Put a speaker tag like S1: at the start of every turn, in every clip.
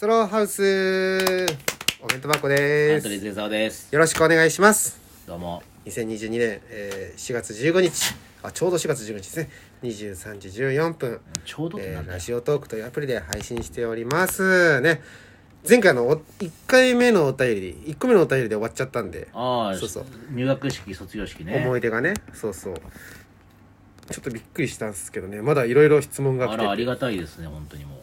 S1: トローハウスお弁当箱
S2: ア
S1: で
S2: ントニー
S1: す
S2: ズ沢です
S1: よろしくお願いします
S2: どうも
S1: 2022年、えー、4月15日あちょうど4月15日ですね23時14分、
S2: ちょうどって
S1: え
S2: なん
S1: ー
S2: だ
S1: ラ
S2: よ
S1: ジオトークというアプリで配信しておりますね前回のお1回目のお便り1個目のお便りで終わっちゃったんで
S2: ああ
S1: そうそう
S2: 入学式卒業式ね
S1: 思い出がねそうそうちょっとびっくりしたんですけどねまだいろいろ質問が来
S2: あ
S1: てて
S2: らありがたいですね本当にもう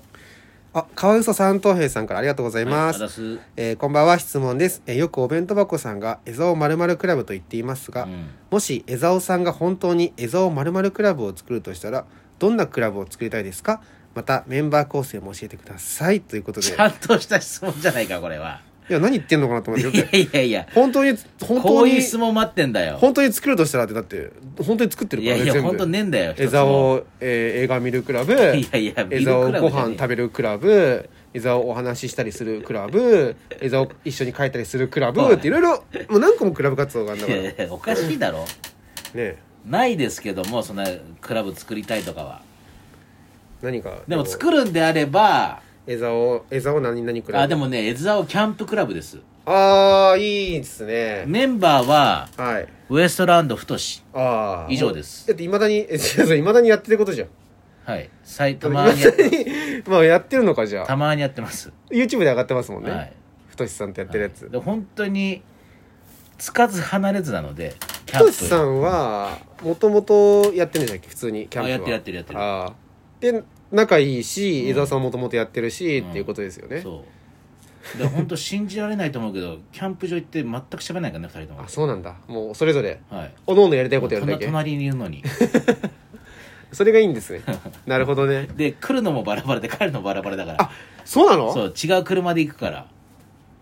S1: あ川嘘三等兵さんからありがとうございま
S2: あ
S1: す、
S2: だすうん
S1: えーこんばんは質問です、えーよくお弁当箱さんが江沢まるクラブと言っていますが、もし江沢さんが本当に江沢まるクラブを作るとしたらどんなクラブを作りたいですかまたメンバー構成も教えてくださいということでい
S2: ちゃんとした質問じゃないかこれは
S1: や何言ってんのかなと思っ
S2: い
S1: てよく
S2: やいやいや
S1: 本当に本
S2: こ
S1: 当
S2: ういう
S1: に
S2: 質問待ってんだよ
S1: 本当に作るとしたらってだって本当に作ってる
S2: い
S1: からね
S2: やいや
S1: 全
S2: 本当
S1: 部
S2: ねえんだよ
S1: 江
S2: 一つも
S1: 沢、えー映画見るクラブ
S2: いやいや
S1: 江
S2: 見
S1: 沢
S2: るクラ
S1: ご
S2: ブじゃね
S1: 飯
S2: え
S1: 食べるクラブ江沢お話ししたりするクラブ 江沢一緒に書いたりするクラブっていろいろもう何個もクラブ活動があるんだ
S2: い
S1: から
S2: や
S1: ね
S2: いやおかしいだろ
S1: え
S2: ないですけどもそんなクラブ作りたいとかは
S1: 何か
S2: でも作るんであれば
S1: 江沢江沢何々クラブ
S2: あでもね江沢キャンプクラブです
S1: あーいいですね
S2: メンバーは
S1: はい
S2: ウエストランド太志
S1: ああ
S2: 以上です
S1: だっていまだにえ違ういまだにやってることじゃん
S2: はい埼玉にやっ
S1: 未だにまあやってるのかじゃ
S2: た
S1: あ
S2: まにやってます
S1: YouTube で上がってますもんね、
S2: はい
S1: 太志さんとやってるやつ、
S2: で本当につかず離れずなのでキ
S1: トシさんはもともとやってるんじゃないっけ普通にキャンプは
S2: あやってるやってるやってる
S1: ああで仲いいし江澤さんもともとやってるし、っていうことですよね、
S2: そうで本当信じられないと思うけど キャンプ場行って全く喋らないからね2人とも
S1: あそうなんだもうそれぞれ
S2: はい
S1: おのおのやりたいことやるだけ
S2: 隣にいるの に
S1: それがいいん ですねなるほどね
S2: で来るのもバラバラで帰るのもバラバラだから
S1: あそうなの
S2: そう違う車で行くから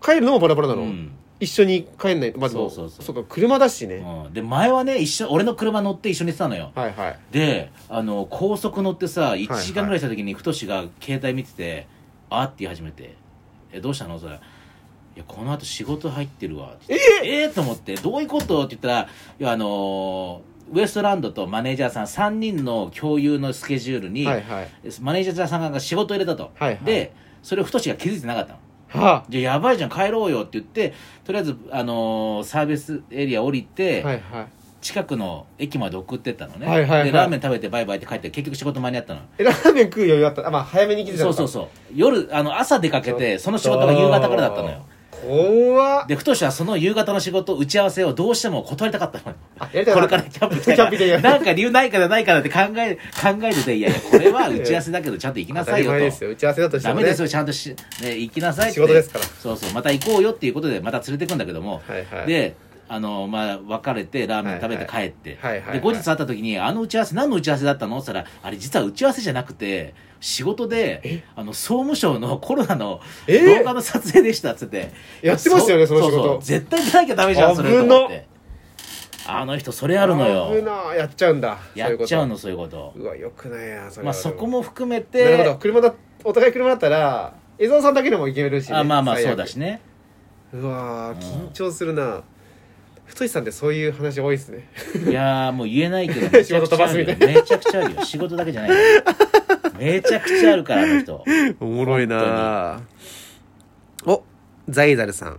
S1: 帰るのもバラバラな
S2: う
S1: の、
S2: ん、
S1: 一緒に帰んないまずも
S2: そうそうそう
S1: か車だしね、
S2: うん、で前はね一緒俺の車乗って一緒に行ってたのよ
S1: はいはい
S2: であの高速乗ってさ1時間ぐらいした時に太が携帯見てて「あっ」って言い始めて「えどうしたの?」それいやこの後仕事入ってるわ」って言ってええーと思って「どういうこと?」って言ったら「いやあのーウエストランドとマネージャーさん3人の共有のスケジュールに、
S1: はいはい
S2: マネージャーさんが仕事入れたと、
S1: はいはい
S2: でそれを太が気づいてなかったの
S1: は
S2: じゃあやばいじゃん帰ろうよって言ってとりあえず、あのーサービスエリア降りて、
S1: あはいはい
S2: 近くの駅まで送ってったのね、
S1: はいはいはい
S2: でラーメン食べてバイバイって帰って結局仕事間に合ったの
S1: えラーメン食う余裕あったあまあ早めに来てた
S2: そ
S1: の
S2: う
S1: か
S2: そうそう夜あの朝出かけてその仕事が夕方からだったのよ
S1: 怖っ
S2: で太はその夕方の仕事打ち合わせをどうしても断りたかったのよ
S1: あやりた
S2: こ
S1: か
S2: れ
S1: った
S2: からキャンプ行きたいか
S1: キャンプ行きたいからら
S2: なんか理由ないからないからって考え考えてていやいやこれは打ち合わせだけどちゃんと行きな
S1: 当
S2: さ
S1: た
S2: い
S1: り
S2: よ
S1: 前で
S2: と
S1: すよ打ち合わせだとして
S2: ダ
S1: も
S2: メ
S1: ね
S2: ですよちゃんとし、ね、行きなさいって
S1: 仕事ですから
S2: そうそうまた行こうよっていうことでまた連れてくんだけども、
S1: はいはい
S2: であのまあ別れてラーメン食べて帰って、
S1: はいはいはいはい
S2: で後日会った時に「あの打ち合わせ何の打ち合わせだったの?」って言ったら「あれ実は打ち合わせじゃなくて仕事であの総務省のコロナの
S1: え
S2: 動画の撮影でした」っつって
S1: やってましたよねその仕事
S2: うう絶対出なきゃダメじゃんそれと思ってあの人それあるの
S1: 危
S2: よ
S1: なやっちゃうんだ
S2: やっちゃう
S1: の
S2: のそういうこと
S1: うわよくないなそれは
S2: まあそこも含め
S1: でもなるほ
S2: て
S1: ど車だお互い車だったら江澤さんだけでもいけるしね、
S2: あまあまあ
S1: 最
S2: そ
S1: 悪
S2: うだしね
S1: うわー緊張するな、太いさんってそういう話多いですね
S2: いやーもう言えないけどめちゃくちゃある よ
S1: 仕事飛ばすみた
S2: めちゃくちゃあるよ仕事だけじゃないよめちゃくちゃあるからあの人
S1: おもろい
S2: な
S1: おザイザルさん、
S2: はい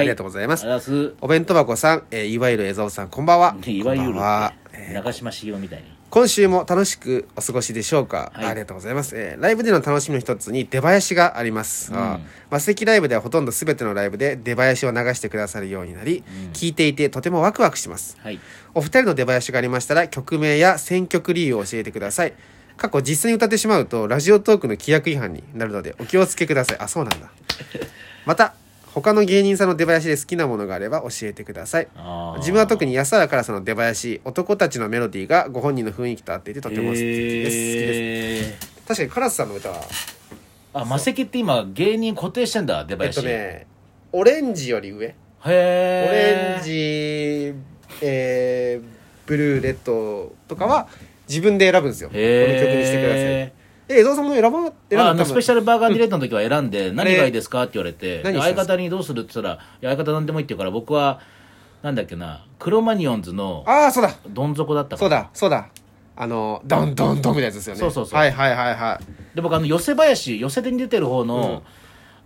S1: ありがとうございます
S2: あらす
S1: お弁当箱さん、えーいわゆる江澤さんこんばんはい
S2: わゆる
S1: こんばんは
S2: って長嶋茂雄みたいに
S1: 今週も楽しくお過ごしでしょうか、
S2: はい
S1: ありがとうございます、えーライブでの楽しみの一つに出囃子があります、
S2: うん
S1: あーマセキライブではほとんど全てのライブで出囃子を流してくださるようになり、
S2: うん
S1: 聞いていてとてもワクワクします
S2: はい
S1: お二人の出囃子がありましたら曲名や選曲理由を教えてください過去実際に歌ってしまうとラジオトークの規約違反になるのでお気をつけくださいあそうなんだまた他の芸人さんの出囃子で好きなものがあれば教えてください
S2: あー
S1: 自分は特に安原からさんの出囃子男たちのメロディーがご本人の雰囲気と合っていてとても好きです,、
S2: えー
S1: 確かにカラスさんの歌は
S2: あマセキって今芸人固定してんだ出
S1: えっ
S2: 囃
S1: と
S2: 子、
S1: ねオレンジより上
S2: へえ
S1: オレンジ、えーブルーレッドとかは自分で選ぶんですよ、この曲にしてください
S2: へえ
S1: え江澤さんも選ば選ん
S2: あ
S1: だ
S2: あのスペシャルバーガーディレートの時は選んで何がいいですかって言われて
S1: 何
S2: で
S1: したん
S2: 相
S1: ですか
S2: 方にどうするって言ったら「いや相方何でもいい」って言うから僕はなんだっけなクロマニオンズの
S1: ああそうだ
S2: どん底だったから
S1: そうだそうだあのドンドンドンみたいなやつですよね
S2: そうそうそう
S1: はいはいはいはい
S2: で僕あの寄せ林寄せでに出てる方の、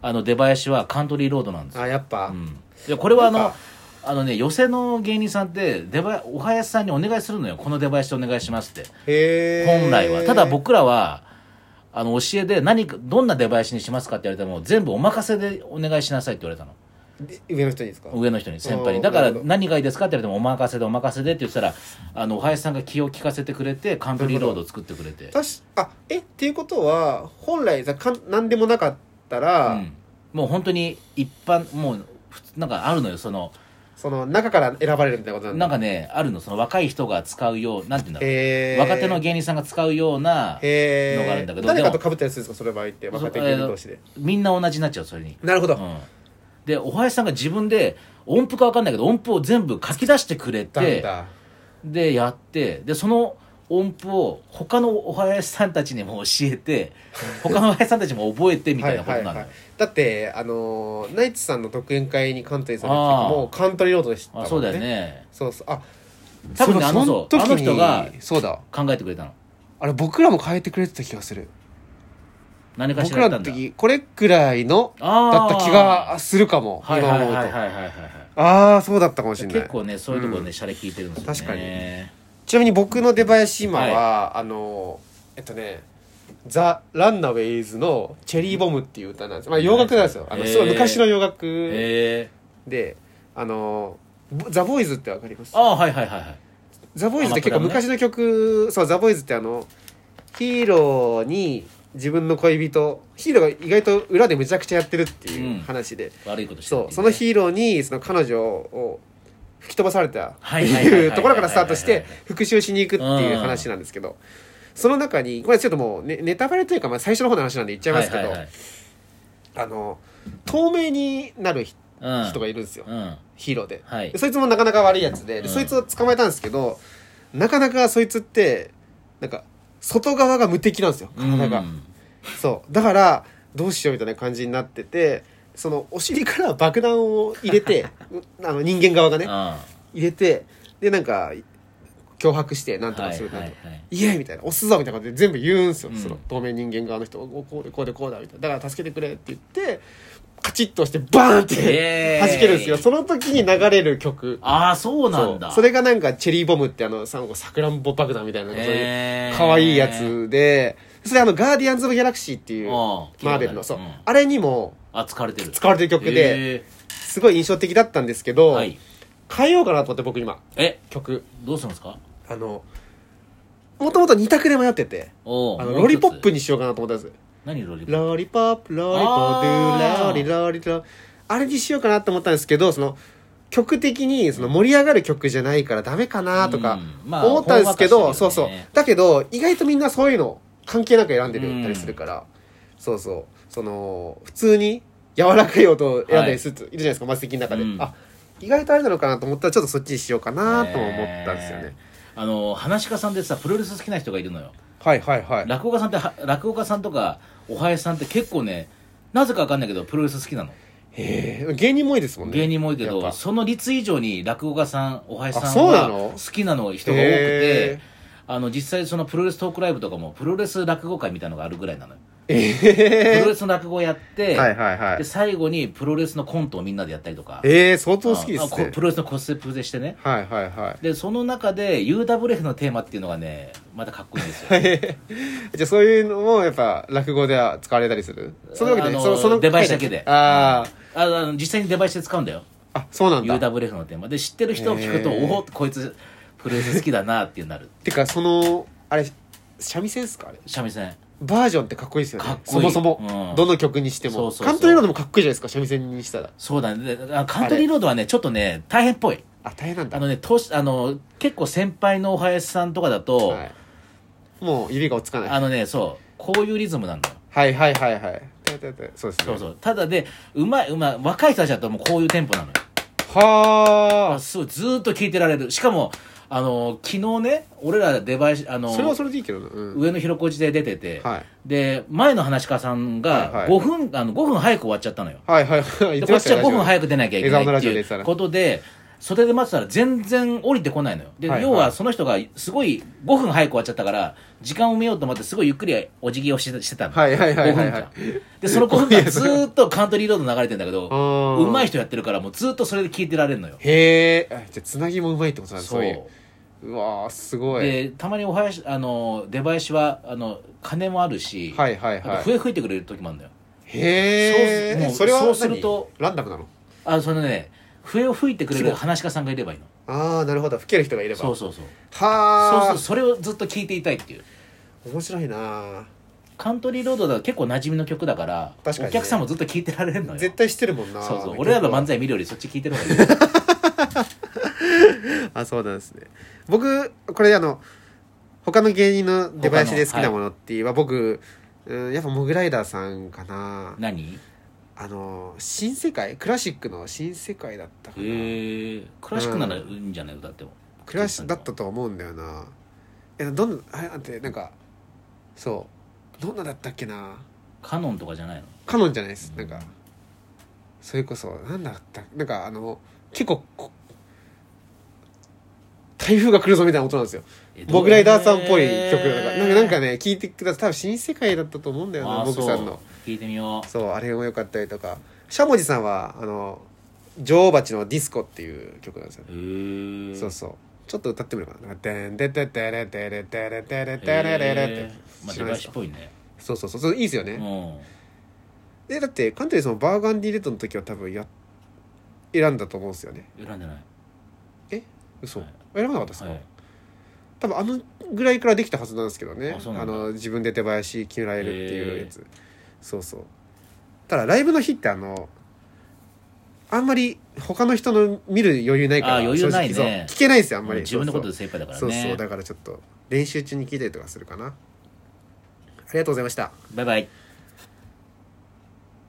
S2: あの出囃子はカントリーロードなんですよ
S1: あやっぱ、
S2: うんいやこれはあ
S1: なん
S2: の
S1: か
S2: あのね寄席の芸人さんって出囃お囃子さんにお願いするのよこの出囃子お願いしますって
S1: へえ
S2: 本来はただ僕らはあの教えで何かどんな出囃子にしますかって言われても全部お任せでお願いしなさいって言われたの
S1: で上の人にですか
S2: 上の人に先輩
S1: あー
S2: にだか
S1: な
S2: ら
S1: るほど
S2: 何がいいですかって言われてもお任せでお任せでって言ってたらあのお囃子さんが気を利かせてくれてカントリーロードを作ってくれて、
S1: 確あえっていうことは本来さかん何でもなかった
S2: う
S1: ら、
S2: ん、もう本当に一般もう普通なんかあるのよその
S1: その中から選ばれるみたいなことなんだ
S2: なんかねあるのその若い人が使うようなんて言うんだろう
S1: へえ
S2: 若手の芸人さんが使うような
S1: へえ
S2: のがあるんだけど
S1: 誰か
S2: で
S1: と
S2: も
S1: 被ったりするんですかそれ場合って若手
S2: そう
S1: 芸
S2: えー
S1: 人同士で
S2: みんな同じになっちゃうそれに、
S1: なるほ
S2: う
S1: ど、
S2: ん、でお囃子さんが自分で音符か分かんないけど音符を全部書き出してくれ
S1: だん
S2: て
S1: だ
S2: でやってでその音符を他のお囃子さんたちにも教 えて他のお囃子さんたちも覚えてみたいなことなのよ、
S1: だってあのーナイツさんの独演会にカントリーさんが来た時もカントリーロードでしたもん
S2: あ
S1: ね
S2: そうだよね
S1: そうそうあ
S2: 多分ねあの
S1: そ時に
S2: あの人が
S1: そうだ
S2: 考えてくれたの
S1: あれ僕らも変えてくれてた気がする
S2: 何かし
S1: 僕
S2: らや
S1: ら
S2: った
S1: の
S2: んだ
S1: 時これくらいのだ
S2: あー
S1: った気がするかも
S2: はい
S1: 今
S2: はい
S1: 思
S2: は
S1: う
S2: い
S1: と
S2: はいはいはい
S1: ああそうだったかもしれな
S2: 結
S1: い
S2: 構ねそういうところね洒落聞いてるんですよね
S1: 確かちなみに僕の出囃子今は、あのえっとね「ザ・ランナウェイズ」の「チェリーボム」っていう歌なんです、まあ、洋楽なんですよあの
S2: へー
S1: すごい昔の洋楽
S2: へえ
S1: で、あのぼザ・ボーイズってわかります
S2: ああはいはいはいはい
S1: ザ・ボーイズって結
S2: ア
S1: 構
S2: マプラ
S1: 昔の曲、そうザ・ボーイズってあのヒーローに自分の恋人ヒーローが意外と裏でむちゃくちゃやってるっていう話で、
S2: 悪いことしてるって
S1: そう
S2: い
S1: そのヒーローにその彼女を吹き飛ばされたって
S2: はいはいはいはいはいはいいう
S1: ところからスタートして復讐しに行くっていう話なんですけどその中にこれちょっともうネネタバレというかまあ最初の方の話なんで言っちゃいますけど
S2: はいはいはい
S1: あの透明になるひ
S2: うん、
S1: 人がいるんですよ
S2: うん
S1: ヒーローで
S2: はい
S1: でそいつもなかなか悪いやつで
S2: う
S1: で
S2: ん
S1: そいつを捕まえたんですけどなかなかそいつってなんか外側が無敵なんですよ体が。
S2: うん
S1: そうだからどうしようみたいな感じになっててそのお尻から爆弾を入れ てうあの人間側がね
S2: あ
S1: 入れてでなんか脅迫してなんとかするなんとか、
S2: はいはいはい
S1: イエイみたいな押すぞみたいな感じで全部言うんすよ、
S2: うん
S1: その透明人間側の人おこうでこうでこうだみたいなだから助けてくれって言ってカチッと押してバーンって
S2: イエー イ
S1: 弾けるんですよその時に流れる曲
S2: ああそうなんだ
S1: そうそれがなんかチェリーボムってあのささくらんぼ爆弾みたいなそういう
S2: へー
S1: 可愛いやつで、それあの、ガーディアンズ・オブ・ギャラクシーっていう、
S2: あ
S1: マ
S2: あ
S1: ーベルの、そう、
S2: うん
S1: あれにも
S2: あ疲れてる
S1: 使われてる曲で、
S2: へ
S1: すごい印象的だったんですけ
S2: え
S1: ど、
S2: はい
S1: 変えようかなと思って僕今、
S2: え
S1: 曲。
S2: どうするんですか
S1: あの、もともと2択で迷ってて、
S2: おう
S1: あの、
S2: もう一つ
S1: ロリポップにしようかなと思ったんです。
S2: 何ロリポップ
S1: ロリポップ、ロリポップ、
S2: あー
S1: ロリロリロリ。あれにしようかなと思ったんですけど、その、曲的にその盛り上がる曲じゃないからダメかなとか
S2: うんまあ
S1: 思ったんですけど、
S2: ほんわかして
S1: そ
S2: るよ
S1: う
S2: ね
S1: そうだけど意外とみんなそういうの関係なく選んでるったりするから、そうそうその普通に柔らかい音を選んだりする人いるじゃないですか、マス的の中で、
S2: うん
S1: あ意外とあれなのかなと思ったらちょっとそっちにしようかなとも思ったんですよね、
S2: あの話し家さんでさプロレス好きな人がいるのよ
S1: はいはいはい
S2: 落語家さんっては落語家さんとかお囃子さんって結構ねなぜかわかんないけどプロレス好きなの
S1: へえ芸人も多いですもんね
S2: 芸人も多いけ
S1: や
S2: ど
S1: っぱ
S2: その率以上に落語家さんお囃子
S1: あ
S2: さん
S1: そうな
S2: は
S1: の
S2: 好きなの人が多く
S1: へ
S2: てあの実際そのプロレストークライブとかもプロレス落語会みたいなのがあるぐらいなのよプロレスの落語やって、
S1: はいはいは
S2: で
S1: い
S2: 最後にプロレスのコントをみんなでやったりとか
S1: えー、相当好きで
S2: あ
S1: す
S2: こ
S1: ね
S2: プロレスのコスプレしてね
S1: はいはいはい
S2: でその中で UWF のテーマっていうのがねまたかっこいいんですよ
S1: じゃあそういうのもやっぱ落語では使われたりするそのわけで、
S2: あの
S1: そのその
S2: 出囃子だけで
S1: あー
S2: ああの実際にデバイスで使うんだよ
S1: あそうなんだ
S2: UWF のテーマで知ってる人を聞くと
S1: へー
S2: おおこいつプロレス好きだなっていうなる
S1: てかそのあれ三味線ですかあれ
S2: 三味線
S1: バージョンってかっこいいですよね
S2: かっこいい
S1: そもそも、
S2: うん
S1: どの曲にしても
S2: そうそうそう
S1: カントリーロードもかっこいいじゃないですか三味線にしたら
S2: そうだねであカントリーロードはねちょっとね大変っぽい
S1: あ大変なんだ
S2: あのねとしあの結構先輩のお囃子さんとかだと、
S1: はい、もう指が落ち着かない
S2: あのねそうこういうリズムなんだよ
S1: はいはいはいはいてててそうですね
S2: そうそうただでうまいうまい若い人たちだともうこういうテンポなのよ
S1: は
S2: あすごいずーっと聴いてられるしかもあの昨日ね俺らデバイスあ
S1: あ
S2: の
S1: それはそれでいいけどな、うん、
S2: 上野広小路で出てて、
S1: はい
S2: で前の話し家さ
S1: は
S2: んが
S1: いは
S2: 5
S1: い
S2: 分、あの5分早く終わっちゃったのよ
S1: はいはいはい言っ
S2: で
S1: て
S2: こ
S1: ま
S2: っ
S1: し
S2: ち
S1: た
S2: は5分
S1: い
S2: 早く出なきゃいけないっていうことで袖で待ってたら全然降りてこないのよで、
S1: はいはい
S2: 要はその人がすごい5分早く終わっちゃったから時間を埋めようと思ってすごいゆっくりお辞儀をしてしてたの、
S1: はいはいはいはい
S2: 5分
S1: はい
S2: 間でその5分
S1: いや
S2: 間
S1: そ
S2: ず
S1: れ
S2: ーっとカントリーロード流れてんだけ
S1: あ
S2: ど
S1: ー
S2: うまい人やってるからもうずーっとそれで聞いてられるのよ
S1: へえじゃあつなぎもうまいってことなんだそういう
S2: う
S1: うわーすごい
S2: でたまにお囃子あの出囃子はあの金もあるし、
S1: はいはい
S2: なんか
S1: はい
S2: 笛吹いてくれる時もあるのよ
S1: へ
S2: そう
S1: え
S2: もう
S1: それは
S2: そう
S1: 何
S2: すると
S1: ランダムなの
S2: あそのね笛を吹いてくれ
S1: 規
S2: る
S1: 模
S2: 話し家さんがいればいいの
S1: ああなるほど吹ける人がいれば
S2: そうそうそうそう
S1: は
S2: そ
S1: あ
S2: うそれをずっと聞いていたいっていう
S1: 面白いな
S2: カントリーロードだと結構馴染みの曲だから
S1: 確かにね
S2: お客さんもずっと聞いてられるのよ
S1: 絶対してるもんな
S2: そうそう俺らの漫才見るよりそっち聞いてる方 がいい
S1: あそうなんですね僕これあの他の芸人の出囃子で好きなものって言えば、僕うんやっぱモグライダーさんかな
S2: 何
S1: あの新世界クラシックの新世界だったか
S2: へ
S1: な、
S2: えクラシックならいいんじゃない歌っても
S1: クラシックだったと思うんだよなえどんなあれなんてなんかそうどんなだったっけな
S2: カノンとかじゃないの
S1: カノンじゃないですなんかそれこそなんだったなんかあの結構こ台風が来るぞみたいな音なんですよ
S2: えどう
S1: 僕ライダーさんっぽい曲だからなんかなんか
S2: ね
S1: ね聞いてください多分新世界だったと思うんだよな僕さんの
S2: 聞いてみよう
S1: そうあれも良かったりとかしゃもじさんはあの女王蜂のディスコっていう曲なんですよ
S2: へー
S1: そうそうちょっと歌ってみるかななんか「でんでててれてれてれてれてれれれ」って
S2: えーまあ
S1: 知
S2: 出
S1: らない
S2: 囃
S1: です
S2: 子っ
S1: か
S2: ぽいね
S1: そうそうそうそういいですよ
S2: う
S1: ね
S2: ん
S1: でだってカントリーさんもバーガンディレッドの時は多分や選んだと思うんですよね
S2: 選んでない
S1: 嘘
S2: はい
S1: 選ばなかったですか
S2: はい
S1: 多分あのぐらいからできたはずなんですけどね
S2: あそうなん
S1: あ
S2: だ
S1: の自分で手囃子決められるっていうやつそうそうただライブの日ってあのあんまり他の人の見る余裕ないから
S2: あー余裕ないね
S1: 正直そう聞けないですよあんまり
S2: 自分の
S1: そう
S2: こ
S1: そう
S2: とで精一杯だからね
S1: そうそうだからちょっと練習中に聞いたりとかするかなありがとうございました
S2: バイバイ